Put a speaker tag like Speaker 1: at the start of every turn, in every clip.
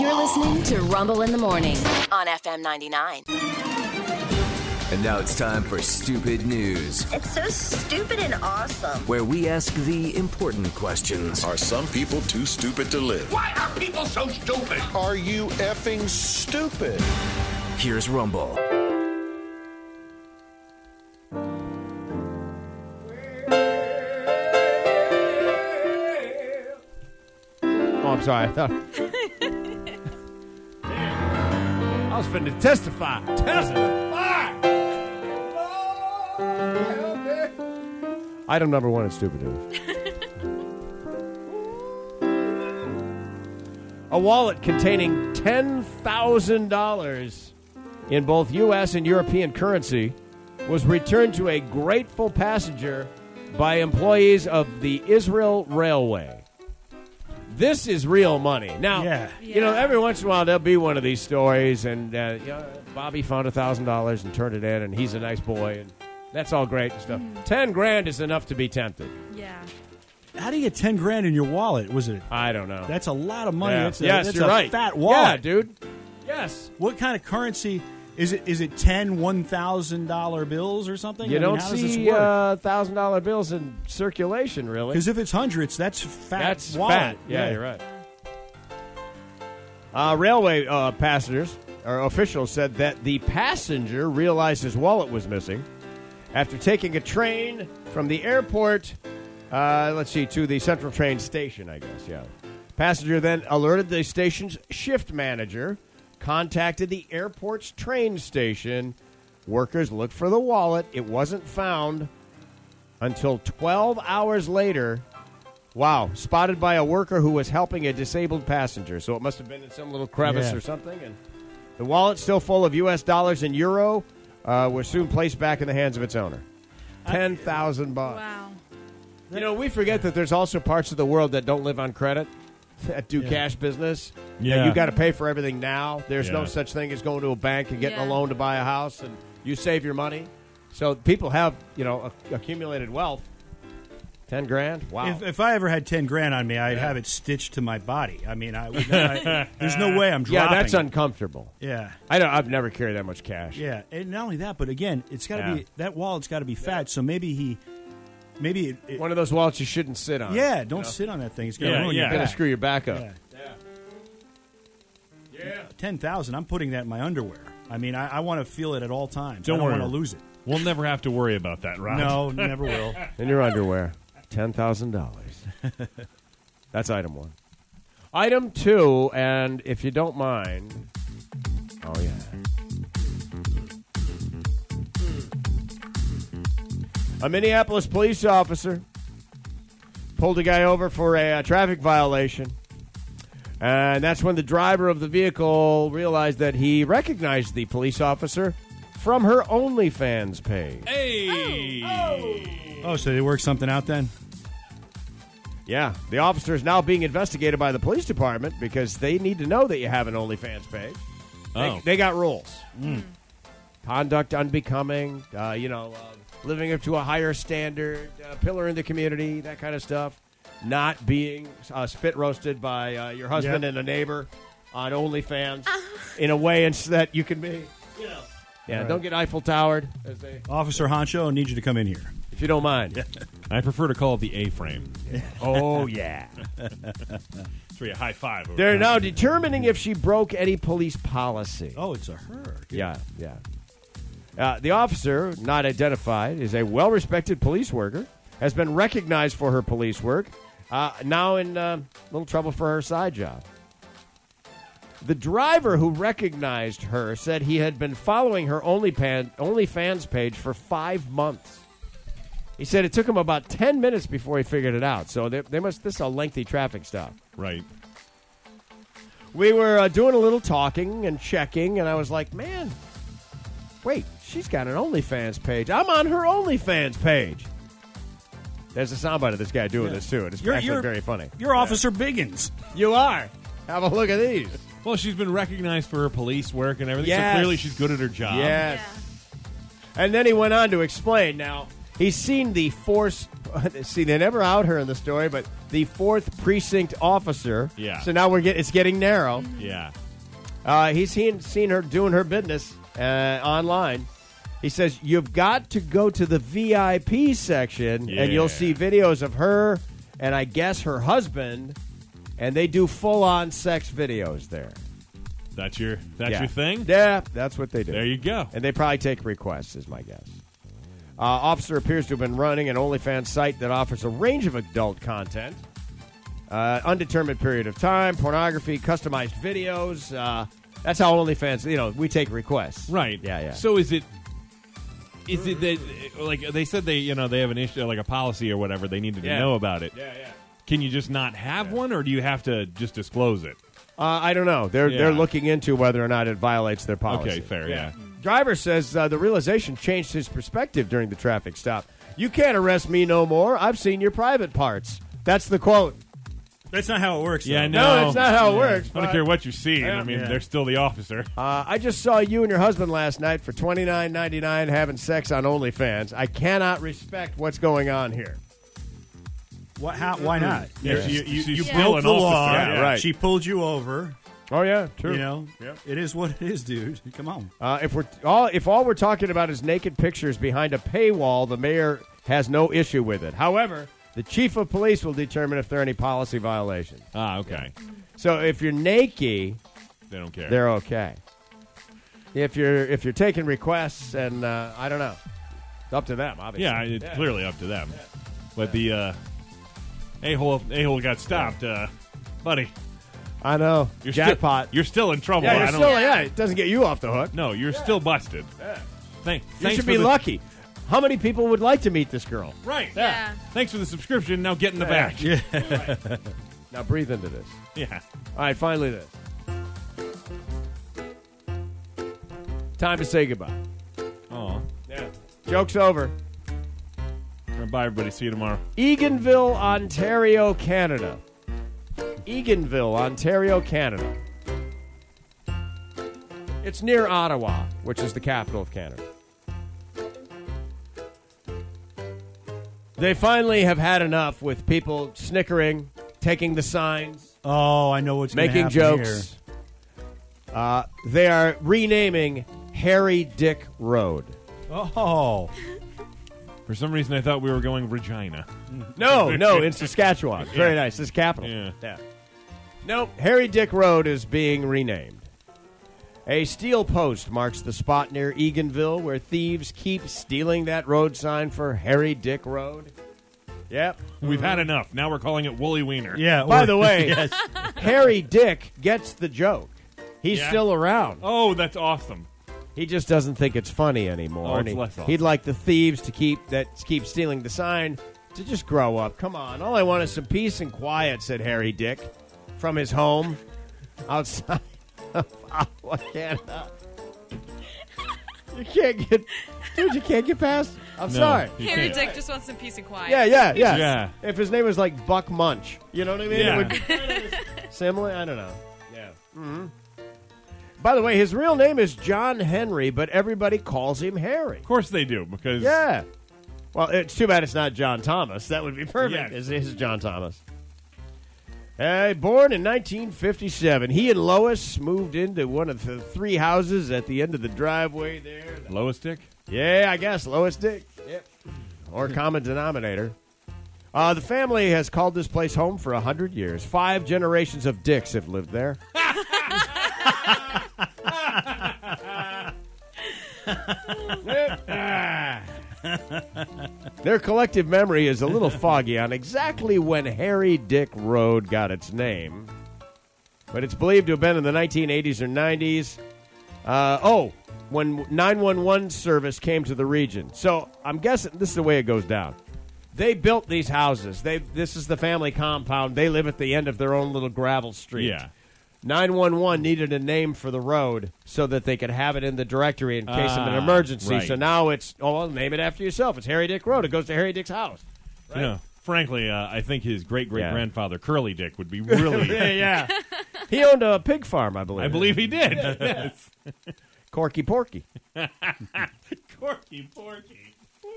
Speaker 1: You're listening to Rumble in the Morning on FM 99.
Speaker 2: And now it's time for Stupid News,
Speaker 3: It's so stupid and awesome.
Speaker 2: where we ask the important questions.
Speaker 4: Are some people too stupid to live?
Speaker 5: Why are people so stupid?
Speaker 6: Are you effing stupid?
Speaker 2: Here's Rumble.
Speaker 7: Oh, I'm sorry. I thought. I was finna testify. Testify! Lord, help me. Item number one is stupid news. A wallet containing $10,000 in both U.S. and European currency was returned to a grateful passenger by employees of the Israel Railway this is real money. Now,
Speaker 8: Yeah.
Speaker 7: you know, every once in a while there'll be one of these stories, and uh, you know, Bobby found a thousand dollars and turned it in, and he's a nice boy, and that's all great and stuff.
Speaker 8: Mm.
Speaker 7: Ten grand is enough to be tempted.
Speaker 9: Yeah.
Speaker 8: How do you get ten grand in your wallet? Was it?
Speaker 7: I don't know.
Speaker 8: That's a lot of money.
Speaker 7: Yeah.
Speaker 8: That's a,
Speaker 7: yes,
Speaker 8: that's
Speaker 7: you're
Speaker 8: a
Speaker 7: right.
Speaker 8: Fat
Speaker 7: Yeah,
Speaker 8: wallet.
Speaker 7: dude. Yes.
Speaker 8: What kind of currency is it? Is it ten one thousand dollar bills or something?
Speaker 7: You
Speaker 8: I mean,
Speaker 7: don't
Speaker 8: how does this
Speaker 7: see uh,
Speaker 8: work?
Speaker 7: thousand dollar bills in circulation, really.
Speaker 8: Because if it's hundreds, that's fat.
Speaker 7: That's
Speaker 8: wallet.
Speaker 7: fat. Yeah, you're right. Uh, railway uh, passengers or officials said that the passenger realized his wallet was missing after taking a train from the airport. Uh, let's see to the central train station. I guess yeah. Passenger then alerted the station's shift manager, contacted the airport's train station. Workers looked for the wallet. It wasn't found until 12 hours later Wow, spotted by a worker who was helping a disabled passenger. So it must have been in some little crevice
Speaker 8: Yeah.
Speaker 7: or something. And the wallet, still full of U.S. dollars and euro, uh, was soon placed back in the hands of its owner. Ten thousand bucks.
Speaker 9: Wow.
Speaker 7: You know, we forget that there's also parts of the world that don't live on credit, that do
Speaker 8: Yeah.
Speaker 7: cash business.
Speaker 8: Yeah.
Speaker 7: And you got to pay for everything now. There's no
Speaker 8: Yeah.
Speaker 7: such thing as going to a bank and getting a
Speaker 9: Yeah.
Speaker 7: loan to buy a house, and you save your money. So people have, you know, ac- accumulated wealth. Ten grand. Wow.
Speaker 8: If, if I ever had ten grand on me, I'd have it stitched to my body. I mean, I, would, I there's no way I'm
Speaker 7: yeah,
Speaker 8: dropping.
Speaker 7: that's uncomfortable.
Speaker 8: Yeah,
Speaker 7: I don't. I've never carried that much cash.
Speaker 8: yeah, and not only that, but again, it's got to
Speaker 7: Yeah.
Speaker 8: be that wallet's got to be fat. So maybe he, maybe it, it-
Speaker 7: One of those wallets you shouldn't sit on.
Speaker 8: yeah, don't sit on that thing. It's gonna
Speaker 7: Yeah,
Speaker 8: ruin
Speaker 7: you're
Speaker 8: your
Speaker 7: gonna
Speaker 8: back.
Speaker 7: screw your back up.
Speaker 8: Yeah. Ten thousand. I'm putting that in my underwear. I mean, I, I want to feel it at all times.
Speaker 10: Don't
Speaker 8: I don't
Speaker 10: worry.
Speaker 8: want to lose it.
Speaker 10: We'll never have to worry about that, Rob.
Speaker 8: No, never will.
Speaker 7: In your underwear, ten thousand dollars. That's item one. Item two, and if you don't mind, oh yeah. A Minneapolis police officer pulled a guy over for a, uh traffic violation. And that's when the driver of the vehicle realized that he recognized the police officer from her OnlyFans page.
Speaker 10: Hey.
Speaker 8: Oh, so they work something out then?
Speaker 7: Yeah, the officer is now being investigated by the police department because they need to know that you have an OnlyFans page. They,
Speaker 10: Oh.
Speaker 7: they got rules. Conduct unbecoming, uh, you know, uh, living up to a higher standard, uh, pillar in the community, that kind of stuff. Not being uh, spit roasted by uh, your husband
Speaker 8: Yep.
Speaker 7: and a neighbor on OnlyFans in a way ins- that you can be, you know. Yeah,
Speaker 8: Right.
Speaker 7: don't get Eiffel Towered, as they,
Speaker 8: Officer Honcho, I need you to come in here.
Speaker 7: if you don't mind.
Speaker 10: I prefer to call it the A-frame.
Speaker 7: Oh, yeah.
Speaker 10: It's where you high five. over
Speaker 7: They're
Speaker 10: time.
Speaker 7: now determining if she broke any police policy.
Speaker 8: Oh, it's a her.
Speaker 7: Yeah, yeah. Uh, the officer, not identified, is a well respected police worker, has been recognized for her police work, uh, now in uh, little trouble for her side job. The driver who recognized her said he had been following her OnlyPan- OnlyFans page for five months. He said it took him about 10 minutes before he figured it out, so they, they must, this is a lengthy traffic stop.
Speaker 10: Right.
Speaker 7: We were uh, doing a little talking and checking, and I was like, man, wait, she's got an OnlyFans page. I'm on her OnlyFans page. There's a soundbite of this guy doing this, too, and it's actually very funny.
Speaker 8: You're Officer Biggins.
Speaker 7: You are. Have a look at these.
Speaker 10: Well, she's been recognized for her police work and everything,
Speaker 7: Yes.
Speaker 10: so clearly she's good at her
Speaker 8: Um,
Speaker 10: job.
Speaker 7: yes. And then he went on to explain. Now, he's seen the force. See, they never out her in the story, but the fourth precinct officer.
Speaker 10: Yeah.
Speaker 7: So now we're get it's getting narrow.
Speaker 10: Yeah.
Speaker 7: Uh, he's seen seen her doing her business uh, online. He says you've got to go to the VIP section, and
Speaker 10: Yeah.
Speaker 7: you'll see videos of her and I guess her husband, and they do full on sex videos there.
Speaker 10: That's your that's
Speaker 7: Yeah.
Speaker 10: your thing?
Speaker 7: Yeah, that's what they do.
Speaker 10: There you go.
Speaker 7: And they probably take requests, is my guess. Uh, officer appears to have been running an OnlyFans site that offers a range of adult content, uh, undetermined period of time, pornography, customized videos. Uh, that's how OnlyFans, you know, we take requests.
Speaker 10: Right.
Speaker 7: Yeah, yeah.
Speaker 10: So is it is it that like they said they you know they have an issue like a policy or whatever they needed
Speaker 7: Yeah.
Speaker 10: to know about it. Yeah, yeah. Can you just not have one or do you have to just disclose it?
Speaker 7: uh, I don't know. They're, they're
Speaker 10: Yeah.
Speaker 7: looking into whether or not it violates their policy.
Speaker 10: Okay, fair, yeah.
Speaker 7: Driver says uh, the realization changed his perspective during the traffic stop. You can't arrest me no more. I've seen your private parts. That's the quote.
Speaker 8: That's not how it works.
Speaker 10: Yeah,
Speaker 8: though.
Speaker 10: no.
Speaker 7: No, that's not how it works.
Speaker 10: I don't
Speaker 7: but-
Speaker 10: care what you see. I mean,
Speaker 8: Yeah.
Speaker 10: they're still the officer.
Speaker 7: Uh, I just saw you and your husband last night for twenty nine ninety nine having sex on OnlyFans. I cannot respect what's going on here.
Speaker 8: What, how, why not?
Speaker 10: Yeah,
Speaker 8: You,
Speaker 10: she's-
Speaker 8: you,
Speaker 10: she's
Speaker 8: you
Speaker 10: still
Speaker 8: broke
Speaker 10: an
Speaker 8: the law.
Speaker 10: officer. Yeah,
Speaker 7: right.
Speaker 8: She pulled you over.
Speaker 7: Oh yeah, true.
Speaker 8: You know, it is what it is, dude. Come on.
Speaker 7: uh, if we're all if all we're talking about is naked pictures behind a paywall, the mayor has no issue with it. However, the chief of police will determine if there are any policy violations.
Speaker 10: Ah, okay.
Speaker 7: So if you're naked,
Speaker 10: They don't care.
Speaker 7: they're okay. If you're if you're taking requests and uh, I don't know, it's up to them. Obviously,
Speaker 10: yeah, it's clearly up to them. But the uh, a hole a hole got stopped, uh, buddy.
Speaker 7: I know.
Speaker 10: You're
Speaker 7: Jackpot.
Speaker 10: Still, you're still in trouble.
Speaker 7: yeah,
Speaker 10: I
Speaker 7: you're
Speaker 10: don't,
Speaker 7: still, yeah, it doesn't get you off the hook.
Speaker 10: no, you're still busted. Thank,
Speaker 7: You
Speaker 10: thanks
Speaker 7: should
Speaker 10: for
Speaker 7: be
Speaker 10: the-
Speaker 7: lucky. How many people would like to meet this girl?
Speaker 10: Right.
Speaker 5: Yeah.
Speaker 10: Thanks for the subscription. Now get in the back.
Speaker 8: Yeah.
Speaker 7: Now breathe into this.
Speaker 10: Yeah.
Speaker 7: All right, finally this. Time to say goodbye.
Speaker 10: Oh.
Speaker 7: Joke's over.
Speaker 10: Bye, everybody. See you tomorrow.
Speaker 7: Eganville, Ontario, Canada. Eganville, Ontario, Canada. It's near Ottawa, which is the capital of Canada. They finally have had enough with people snickering, taking the signs,
Speaker 8: Oh, I know what's gonna
Speaker 7: making
Speaker 8: happen
Speaker 7: jokes. Uh, they are renaming Harry Dick Road.
Speaker 8: here. Oh,
Speaker 10: For some reason, I thought we were going Regina.
Speaker 7: No, no, in Saskatchewan. Very nice. This is capital.
Speaker 10: Yeah.
Speaker 7: Nope. Harry Dick Road is being renamed. A steel post marks the spot near Eganville where thieves keep stealing that road sign for Harry Dick Road. Yep.
Speaker 10: We've had enough. Now we're calling it Wooly Wiener.
Speaker 8: yeah.
Speaker 7: By
Speaker 8: or-
Speaker 7: the way,
Speaker 8: yes.
Speaker 7: Harry Dick gets the joke. He's
Speaker 10: Yeah.
Speaker 7: still around.
Speaker 10: Oh, that's awesome.
Speaker 7: He just doesn't think it's funny anymore.
Speaker 10: Oh,
Speaker 7: and
Speaker 10: it's
Speaker 7: he,
Speaker 10: less awesome.
Speaker 7: would like the thieves to keep that keep stealing the sign to just grow up. Come on, all I want is some peace and quiet," said Harry Dick from his home outside of Ottawa, Canada. You can't get, dude. You can't get past. I'm
Speaker 10: No,
Speaker 7: sorry.
Speaker 10: Oh, you
Speaker 5: Harry
Speaker 10: can't.
Speaker 5: Dick just wants some peace and quiet.
Speaker 7: Yeah, yeah, yeah,
Speaker 10: Yeah.
Speaker 7: If his name was like Buck Munch, you know what I mean?
Speaker 10: Yeah.
Speaker 7: It would be kind of similar. I don't know. Yeah. hmm By the way, his real name is John Henry, but everybody calls him Harry.
Speaker 10: Of course they do because
Speaker 7: Yeah. Well, it's too bad it's not John Thomas. That would be perfect.
Speaker 10: Yes.
Speaker 7: This is John Thomas. Uh, born in 1957, he and Lois moved into one of the three houses at the end of the driveway there.
Speaker 10: Lois Dick.
Speaker 7: Yeah, I guess lowest dick. Yep. Or common denominator. Uh, the family has called this place home for a hundred years. Five generations of dicks have lived there. Yep. Ah. Their collective memory is a little foggy on exactly when Harry Dick Road got its name, but it's believed to have been in the 1980s or 90s. Uh, oh, when 911 service came to the region. So I'm guessing this is the way it goes down. They built these houses. They this is the family compound. They live at the end of their own little gravel street.
Speaker 10: Yeah.
Speaker 7: 911 needed a name for the road so that they could have it in the directory in case of an
Speaker 10: Ah,
Speaker 7: emergency.
Speaker 10: right.
Speaker 7: So now it's oh, well, name it after yourself. It's Harry Dick Road. It goes to Harry Dick's house.
Speaker 10: You know, frankly, uh, I think his great great
Speaker 7: Yeah.
Speaker 10: grandfather Curly Dick would be really.
Speaker 7: yeah. he owned a pig farm, I believe.
Speaker 10: I believe he did. yes.
Speaker 7: Corky Porky.
Speaker 10: Corky Porky.
Speaker 7: Uh,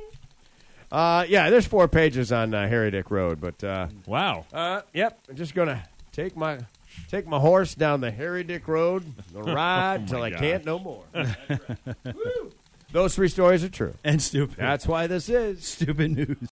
Speaker 7: Uh, yeah, there's four pages on uh, Harry Dick Road, but uh,
Speaker 10: Wow.
Speaker 7: uh, yep, I'm just gonna take my take my horse down the Harry Dick Road, the ride till I
Speaker 10: God.
Speaker 7: can't no more. Woo! Those three stories are true.
Speaker 8: and stupid.
Speaker 7: That's why this is
Speaker 8: stupid news.